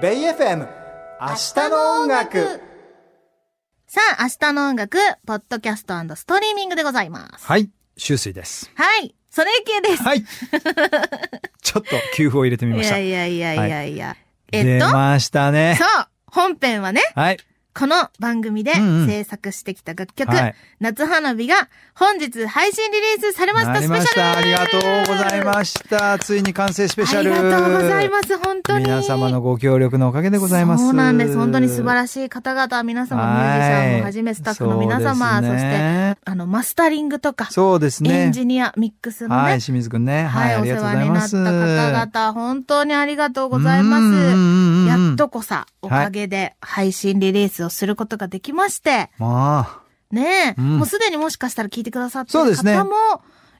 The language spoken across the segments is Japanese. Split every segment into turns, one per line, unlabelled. ベイ FM 明日の音楽
さあ、明日の音楽、ポッドキャストストリーミングでございます。
はい、周水です。
はい、それ系です。
はい。ちょっと給付を入れてみま
い
した
や。いやいやいやいや。え
出
っと、
ましたね。
そう、本編はね、
はい。
この番組で
うんうん
制作してきた楽曲、
はい
夏花火が本日配信リリースされまし
な
た、ス
り
ペ
ま
シ
し
ャ
た。
ル
ありがとうございました。ついに完成スペシャル。
ありがとうございます、本当に。
皆様のご協力のおかげでございます。
そうなんです。本当に素晴
しい。
らしい方々、皆様、ミュージシャンをはじめ、スタッフの皆様、そして、あの、マスタリングとか、
そうですね。
エンジニア、ミックスの
はい、
ね、
清水くんね。はい、あ
お
り
世
がとう
話
ござい
にな
ま
っ
す。
た方々、本当にありがとうございま
うんうん
す。
うんうん
やっと。こさ、おかげで配信リリースをすることができまして、
まあ、
ねえ、
うん
もうすでにもしかしたら聞いてくださって
そう
る
ですね
方も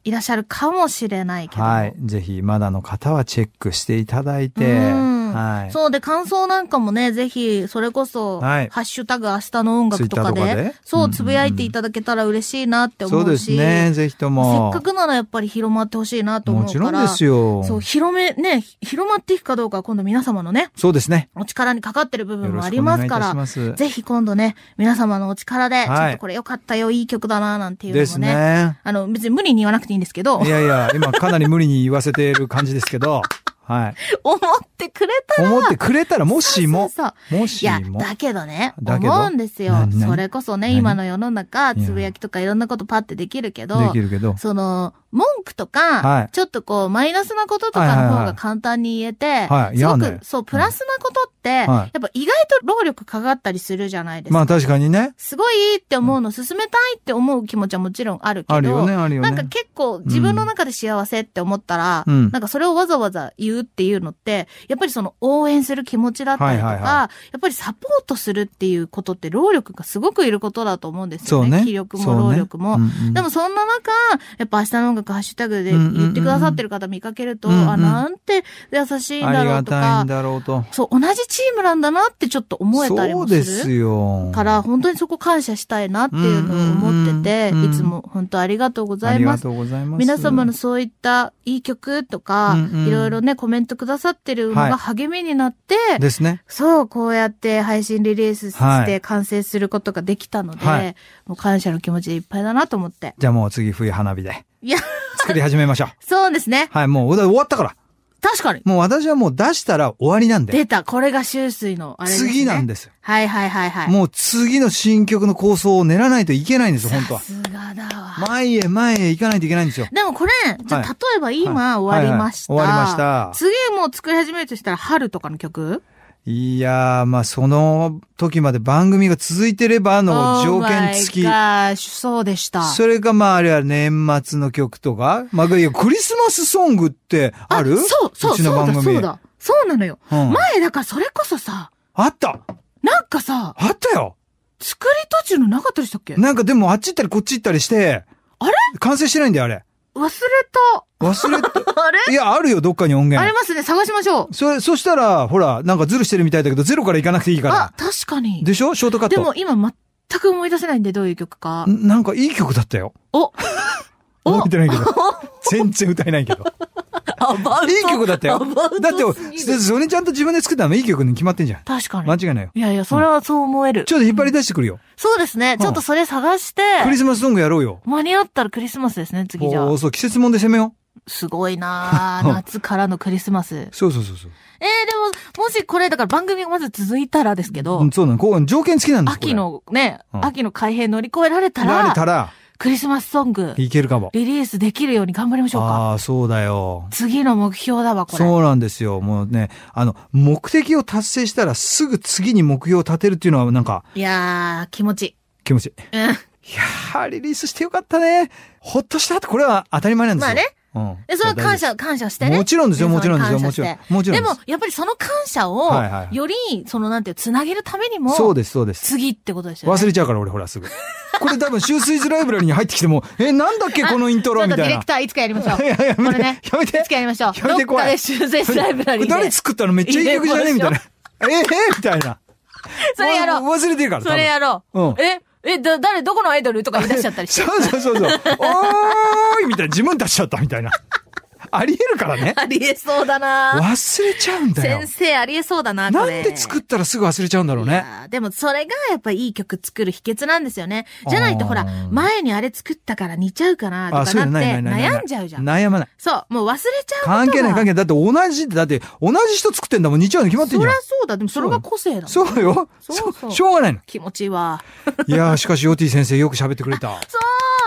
いらっしゃるかもしれないけど。
はい。ぜひ、まだの方はチェックしていただいて。
うん
はい。
そうで、感想なんかもね、ぜひ、それこそ、
はい
ハッシュタグ明日の音楽とかで、
ツイッターとかで
そ
うんうんう
う、
ん
つぶやいていただけたら嬉しいなって思
そう
う
で
し、
すね。ぜひと
せ
も。
っかくならやっぱり広まってほしいなと思
も
う
ち
から、
ろんですよ。
そう、広め、ね、広まっていくかどうかは今度皆様のね、
そうですね。
お力にかかってる部
よ
分
ろ
もあ
し
り
くお
ま
願
す
いい
か
た
ら
し、ます。
ぜひ今度ね、皆様のお力で、
はい
ちょっとこれ良かったよ、いい曲だな、なんていう
で
のも
す
ね。
ね。
あの、別に無理に言わなくていいんですけど
い、やいや、今かなり無理に言わせている感じですけど、はい。
思ってくれたら、
思ってくれたら、もしも、
そうそう
も
い
し
や、
も、
だけどね、
だけど
思うんですよ。
何何
それこそね、
何
今の世の中、
いや
つぶやきとかいろんなことパってできるけ
で
ど
き、るけど、
その、文句とか、
はい
ちょっとこう、マイナスなこととか
はい
の
はい
方
は
が
い
簡単に言えて、
はい
すご
嫌ね
く、そう、プラスなことって、
いは
や
い
っぱ意外と労力かかったりするじゃないですか。
まあ確かにね、
すごいいいって思うの、進めたいって思う気持ちはもちろんあるけど、
あるよね、あるよ
なんか
ね。
結構自分の中で幸せって思ったら、
うん
なんかそれをわざわざ言うっていうのって、やっぱりその応援する気持ちだったりとか、
はいはい
や
は
っぱりサポートするっていうことって労力がすごくいることだと思うんです
そ
よ
う
ね。
ね。
気力
そ
も
うね
労力も。
うんうん
でもそんな中、やっぱ明日の音楽ハッシュタグで
うんうんうんうん
言ってくださってる方見かけると、
うんうん
あ、なんて優しいん
あ
だ
り
ろう
が
と
たい
か
ん、だろうと。
そう、同じチームなんだなってちょっと思えたり
そ
も
う
する。
ですよ。
から、本当にそこ感謝したいなっていうのを思って
うんうん
て、
うんう
い
ん
つも本当ありがとうござ
あ
い
り
ま
が
す。
とうございます。
皆様のそういったいい曲とか
うんう、ん
いろいろね、コメントくださってるの
はい
が励みになって、
ですね。
そう、こうやって配信リリースし
は
て
い
完成することができたので、
はい
もう感謝の気持ちでいっぱいだなと思って。
じゃあもう次冬花火で
いや、
作り始めましょう。
そうですね。
はい、もう終わったから。
確かに。
もう私はもう出したら終わりなんで。
出た。これが終水のあれですね。
次なんですよ。
はいはいはいはい。
もう次の新曲の構想を練らないといけないんですよ、本当
さ
は。
すがだわ。
前へ前へ行かないといけないんですよ。
でもこれ、じゃあ
はい
例えば今終わりました。
はいはい終わりました
次もう作り始めるとしたら春とかの曲
いやー、まあ、その時まで番組が続いてればの条件付き
Oh。my gosh そうでした。
それか、まあ、あれは年末の曲とか。まあ、いや、クリスマスソングってある
そう、そう、
ち
そ
の
う
番
だ、
組。
そうだ。そうなのよ。
うん
前、だからそれこそさ、
あった
なんかさ、
あったよ
作り途中のなかったでしたっけ忘れ
なんかでもあっち行ったりこっち行ったりして。
あれ
完成してないんだよ、あれ。忘れ た。
た。あれ
いや、あるよ、どっかに音
あり
源。
ますね、探しましょう。
それ、そしたら、ほら、なんかズルしてるみたいだけど、ゼロから行かなくていいから。
あ、確かに。
でしょショートカット。
でも今全く思い出せないんで、どういう曲か。
んなんかいい曲だったよ。
おお
覚えてないけど。全然歌えないけど。
アバウト
いい曲だったよ
アバウ。
だっ
トすぎ
て、
る
それちゃんと自分で作ったのいい曲に決まってんじゃん。
確か
間
に。
違いないよ。
いやいや、それはそう思える。
ちょっと引っ張り出してくるよ。
そうですね。ちょっとそれ探して、
クリスマスソングやろうよ。
間に合ったらクリスマスですね、次じゃ
お
あ
ー。そう、季節もんで攻めよ
すごい な
うん
ぁ。夏からのクリスマス。えー、で
う。そうそうそうそう。
も、もしこれ、だから番組がまず続いたらですけ
う
ど
ん、そうなの。こう、条件付きなんです
秋。のね、
うん
秋の改変乗り越えられ
こ
た
れ慣れ
ら、
たら、
クリスマスソング、
いけるかも。
リリースできるように頑張りましょうか。
ああー、そうだよ。
次の目標だわ、これ。
そうなんですよ。もうね、あの、目的を達成したらすぐ次に目標を立てるっていうのはなんか
いやー、気持ちいい。
気持ちいい。
う
いやー、リリースしてよかったね。ほっとしたって、これは当たり前なんですよ。
ま
うん。
ん。それは感謝、感謝してね。
もちろんですよ、もちろんですよ、も
皆
ち
様
ろ
に
ん
感謝し。
も
て
ちろ
で
んで
も
す。、
やっぱりその感謝を
はいは、い
より、その、なんていう、つなげるためにも、
そうです、そうです。
次ってことですよね。
忘れちゃうから、俺、ほら、すぐ。これ多分、シュースイズライブラリに入ってきても、 え、なんだっけ、このイントロ
ちょ
み
っとデ
た
ィ
い
レ
な
ク。ターいつかやりましょう。
いやや
これ
めて、
ね
やめ て
いつ。かやりましょう。
やめて
どっか
怖い
で修正スライブラリー
これ
で。
誰作ったのめっちゃいい曲じゃねみたいな。えー、えーみたいな。
それやろう
わ忘れてるから。
それやろ
多分。うん
う。。ええ、だ、誰、どこのアイドルとか言い出しちゃったりし
そ
て。
うそうそうそう。おーいみたいな、自分出しちゃったみたいな。ありえるからね。
ありえそうだな
忘れちゃうんだよ
先。生ありえそうだな、
な
こ
ん
れ。
で作ったらすぐ忘れちゃうんだろうね。
あーでもそれがやっぱいい曲作る秘訣なんですよね。じゃないとほら
あー、
前にあれ作ったから似ちゃうかなと
あ、そう
か
いうの
なっ
な
て
いないないない。
悩んじゃうじゃん。
悩まない。
そう、もう忘れちゃうことは
関係ない関係ない。だって同じ、だって同じ人作ってんだもん、似ちゃうの決まって
そ
んじ
り
ゃ
ゃ
ん。
そうだ。でもそれが個性だもん。
そうよ。
そうそう
そうしょうがないの。
気持ちいいわ。
いやー、しかし、ヨティ先生よく喋ってくれた。
そ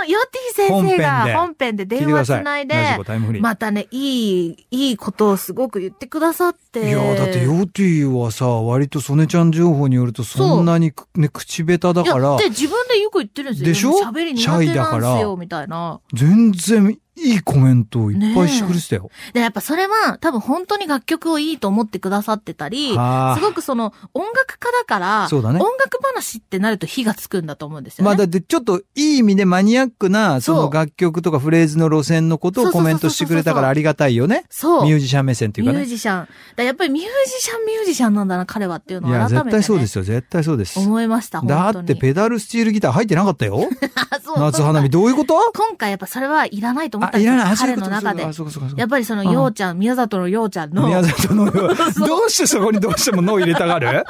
う、ヨッティ先
本
生
編で
が本編で
聞いて
電
くだ
話
さ
つな
い。ラ
い
ジ
で、
コタイムフリー。
またね、いい、いいことをすごく言ってくださって。
いやーだってヨティはさ、割とソネちゃん情報によるとそんなにくね、口下手だか
いや
ら
で、、自分でよく言ってるんですよ。
でしょ
も喋り苦手なんです
シャイだから
よ、みたいな。
全然いいコメントをいっぱいしてくれてたよ。
で、やっぱそれは、多分本当に楽曲をいいと思ってくださってたり、
はあ
すごくその、音楽家だから、
そうだね
音楽話ってなると火がつくんだと思うんですよね。
まあだってちょっといい意味でマニアックな、そ
そう
の楽曲とかフレーズの路線のことをコメントしてくれたからありがたいよね。
そう。
ミュージシャン目線っていうか
ミュー
ね。
ジシャン。だからやっぱりミュージシャン、ミュージシャンなんだな、彼はっていうの
い
を改
や、
めて、ね。
絶対そうですよ。絶対そうです。
思いました、本
だ
当
っ
に。
てペダルスチールギター入ってなかったよ。
あ そう
夏花火どういうこと
今回やっぱそれはいらないと思っ
あ、
たん
い
ですよ
らない。あ、そ
彼
ういうこと
の中で
あ、。そうかそうかそう
やっ。
か
ぱりその、
うん
ようちゃん、宮里のようちゃんの、
宮里 のようどうしてそこにどうしてものを入れたがる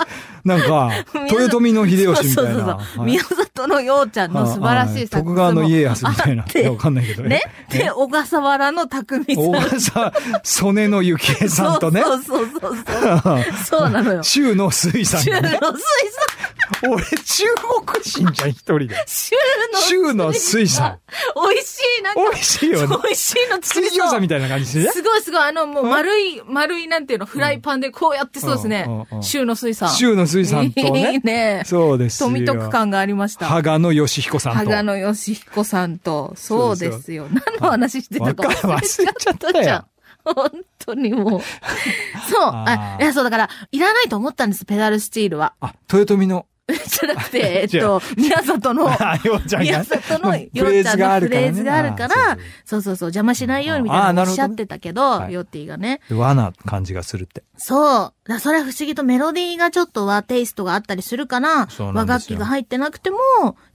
なんか、
里
豊臣の秀
そう
吉み
そうそ
たいうな。
そう。
はい
宮里のようちゃんの素晴らしい作
徳
品。
川の家康みたいな。
あっ
いやわ
て、
かんないけど
ね。で、小笠原の匠
大
さん。
笠、曽根の幸恵さんとね。
そうそうそうそう。そうな のよ。
中の水さん
中
が
の水
ね。
産、
俺、中国人じゃん、一人で。
中の、
中の水さ
美味しい、なん
ん。美
か、
味しいよね。
美味しいの作
水
りそう
餃子みたいな感じでね。
すごいすごい、あの、もう丸い、丸いなんていうの、フライパンでこうやってそうですね
うんうんう。ん
中の水産。
中の水さん と
いい
ね。
ね。
そうですよ。
富徳感がありました。
羽賀の義彦さんと。
羽賀野義彦さんと、そうですよ。何の話してたか
わかんない忘れちゃったよ
じゃん。本当にもう。そう。あ
あ、ー
いや、そうだから、いらないと思ったんです、ペダルスチールは。
あ、豊臣の、
じゃなく て、えっと、宮里の、
あ、ようちゃん
宮
が。
里のよ
フレ
う
ー
ちゃ
ズ
ん
があ
の
る
フ
か
レ
らね
ーズがあるか
あーそう
ら
そう、
そうそうそう、邪魔しないようにみた
あー
いな
なる
のお
ほ
っしゃ
どね
ってたけど、
はい
ヨッティがね。
和な感じがするって。
そう。だからそれは不思議とメロディーがちょっと和テイストがあったりするから、
そうな
和
んで
楽
す
器
よ
が入ってなくても、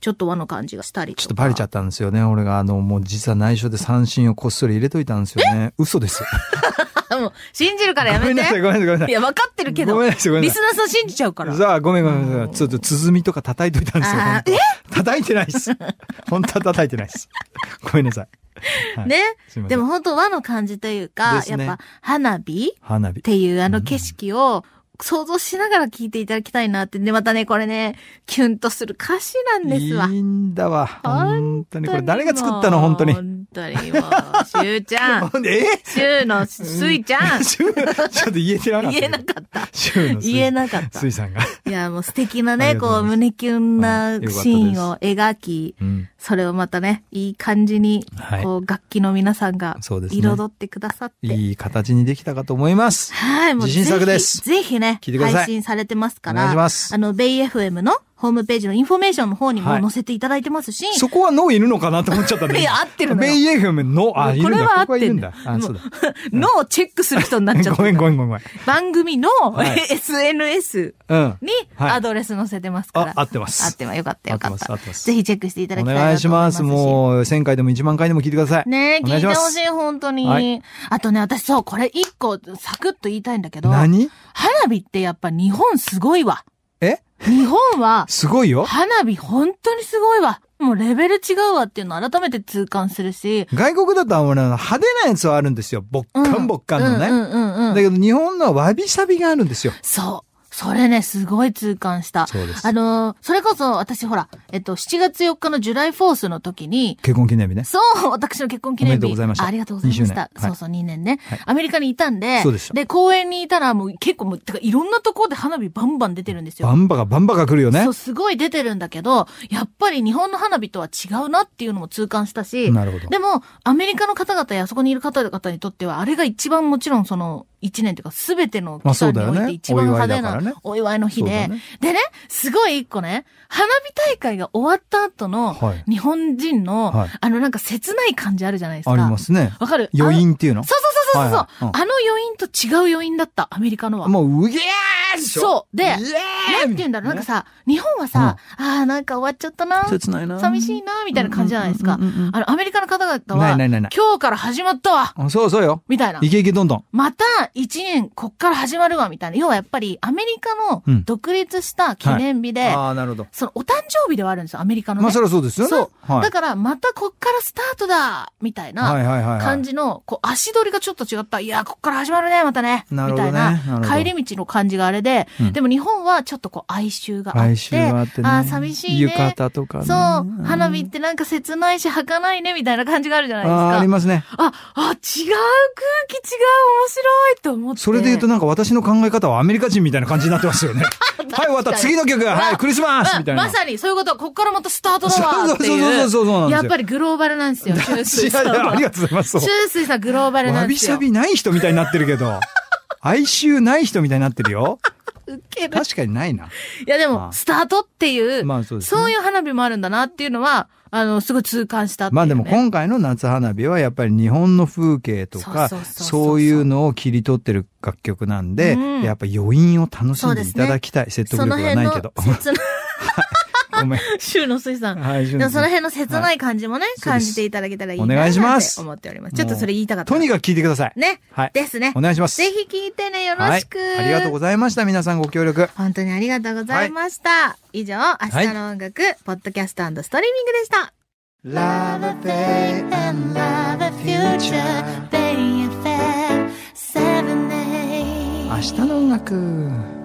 ちょっと和の感じがしたりとか。
ちょっとバレちゃったんですよね。俺が、あの、もう実は内緒で三振をこっそり入れといたんですよね。嘘です。
あ もう、信じるからや
ごめ
め
んなさい、
て。
ごめんなさい、ご めんないさ
や、分かってるけ
い。
ど。
ごめんなさい、ごめん
リ
な
ス
さ
ナーさん信じちゃうから。
い。さあ、ごめんごめんごめん。ちょっと鼓とか叩いといたんですよ。
あー
本当叩いてない です。本当は叩いてないです。ごめんなさい。はい
ね。
すいませ
で
ん。
も本当和の感じというか、
です
やっ
ね
ぱ花火
花
っ
火。
ていうあの景色を想像しながら聞いていただきたいなって。で、またね、これね、キュンとする歌詞なんですわ。
いいんだわ。本当に。これ誰が作ったの、
本
本
当
当
に
に
もう。本当にもう、しゅうちゃ ん。
え
しゅうのすいち ゃん。
ちょっと言えてなかった。
言えなかった。
週の水
言えなかった。
水
い
さんが。
や、もう素敵な
あ
ね、
りがとう
こ
ござ
う、
います
胸キュン
は
ない
よかったです
シーンを描き、
うん。
それをまたね、いい感じに、
はい
こう、楽器の皆さんが、
そうですね
彩ってくださって。
いい形にできたかと思います。
はい、もう
自信作です
ぜひ、ぜひね、
聞いてください
配信されてますから、
お願いします
あの、ベイ FM のホームページのインフォメーションの方にも
はい
載せていただいてますし、
そこは脳いるのかなと思っちゃったね。
いや合ってるのよ
ベイエフムの、あ、いる
こ
んだ。
れは合
ここ
って
いる
ん
ん
だ
だ。あ、そうだ。
のをチェックする人になっちゃっ
ごめ
て
ん、ごめん、ごめんごめん。
番組の、
はい
SNS
うん。
に
はい
アドレス載せてますから。
あ合ってます
合ってます。よかったよかった。
合ってます
ぜひチェックしていただ
お
きたいなと思い
願い
ますし。
します。もう、1000回でも1万回でも聞いてください。
ねえ、
お
聞
願
い
いしてま
ほし
す
い、本当に。
はい
あとね、私そう、これ一個、サクッと言いたいんだけど、
何
花火ってやっぱ日本すごいわ。
え
日本 は、
すごいよ。
花火本当にすごいわ。もうレベル違うわっていうのを改めて痛感するし。
外国だとあの派手なやつはあるんですよ。ボッ
うん
カンボッカンのね。
うんうんうんうん
だけど日本のはわびさびがあるんですよ。
そう。それね、すごい痛感した。
そうです
あのーそれこそ私ほら、えっと、7月4日のジュライフォースの時に、
結婚記念日ね。
そう、私の結婚記念日。
おめでとうございました
あありがとうございました。
二周年はい
そうそう、2年ね、
はい
アメリカにいたんで、
そうでした
公園にいたらもう結構もう、てかいろんなところで花火バンバン出てるんですよ。
バンバがバンバが来るよね
そう、。すごい出てるんだけど、やっぱり日本の花火とは違うなっていうのも痛感したし、
なるほど。
でも、アメリカの方々やそこにいる方々にとっては、あれが一番もちろんその、一年というか、すべての
まあ
期
そう
間に
だ
おいて
よね
一番派手
お祝いだから
な
ね
お祝いの日
そうだ
で、
ね
でね、すごい一個ね、花火大会が終わった後の、
はい
日本人の、
はい
あのなんか切ない感じあるじゃないですか。
ありますね。
わかる
余
あの
韻っていうの
そうそうそうそうそう、
はいはいうん
あの余韻と違う余韻だった、アメリカのは。
もう、うげーでしょ
そうで
イエ
な
ー
ん
イ
て言うんだろう、なんかさ、日本はさ、ああ、なんか終わっちゃったな、
切ないな
寂しいな、みたいな感じじゃないですか
うんうんうんうん。
あの、アメリカの方々
な
は、
いないない
今
ない
日から始まったわ
あそうそうよ。
みたいな。
イケイケどんどん。
また一年こっから始まるわ、みたいな。要はやっぱり、アメリカ
う
の
ん
独立した記念日で、
ああ、なるほど。
そのお誕生日ではあるんですよ、アメリカの、ね。
まあ、それはそうですよね。
そう。
はい
だから、またこっからスタートだみたい
はい
な
はいはいはい。
感じの、こう、足取りがちょっと違った。いや、こっから始まるね、またね。
なるほどね
みた
ないるほ
な、
ど
帰り道の感じがあれで、
うん
でも日本はちょっとこう、哀愁があって。
哀愁があってね。
あー寂しいね。
浴衣とかね。
そう。
ん
花火ってなんか切ないし、儚いね、みたいな感じがあるじゃないです
あー
か。
ありますね。
あ、あ、違う空気、違う、面白いと思って。
それで言うとなんか私の考え方はアメリカ人みたいな感じになってます よね。はい、終わった。次の曲はい、クリスマスみた
う
い
ん、
な。
まさにそういうこと、こっからまたスタートだわっていう。
そうそうそうそうそうなんですよ
やっぱりグローバルなんですよ、シュースイ
い
さ
や
ん
いや、あ
は。
りがとうございます。そう
シュースイさんグローバルな
わ
んで
び
す
し
よ。
ゃびない人みたいになってるけど、哀愁ない人みたいになってるよ。
ウケる。
確かにな いな。
いやで
ま
も、
あ
スタートっていう、
まあそうですね
そういう花火もあるんだなっていうのは、あの、すごい痛感したっていう、ね。
まあでも今回の夏花火はやっぱり日本の風景とか
そうそうそうそう
そういうのを切り取ってる楽曲なんで、
うん
やっぱ余韻を楽し
そうんで
ですい
ね
ただきたい、説
そ
得
の
力は
辺
ない
の
けど
切な、
ごめん、
シューの水 さん。
はい、
で
順
もその
次
辺の切ない感じもね、
そうです
感じていただけたらいいな
お願いします
なんて思っております。ちょっとそれ言いたかった。
とにかく聞いてください、
ね。
はい
ですね
お。願いします
ぜひ聞いてね、よろしく。
はい、ありがとうございました皆さんご協力
本当にありがとうございました。以上、明日の音楽、ポッドキャストストリーミングでした。
Love a day and love a future 明日の音楽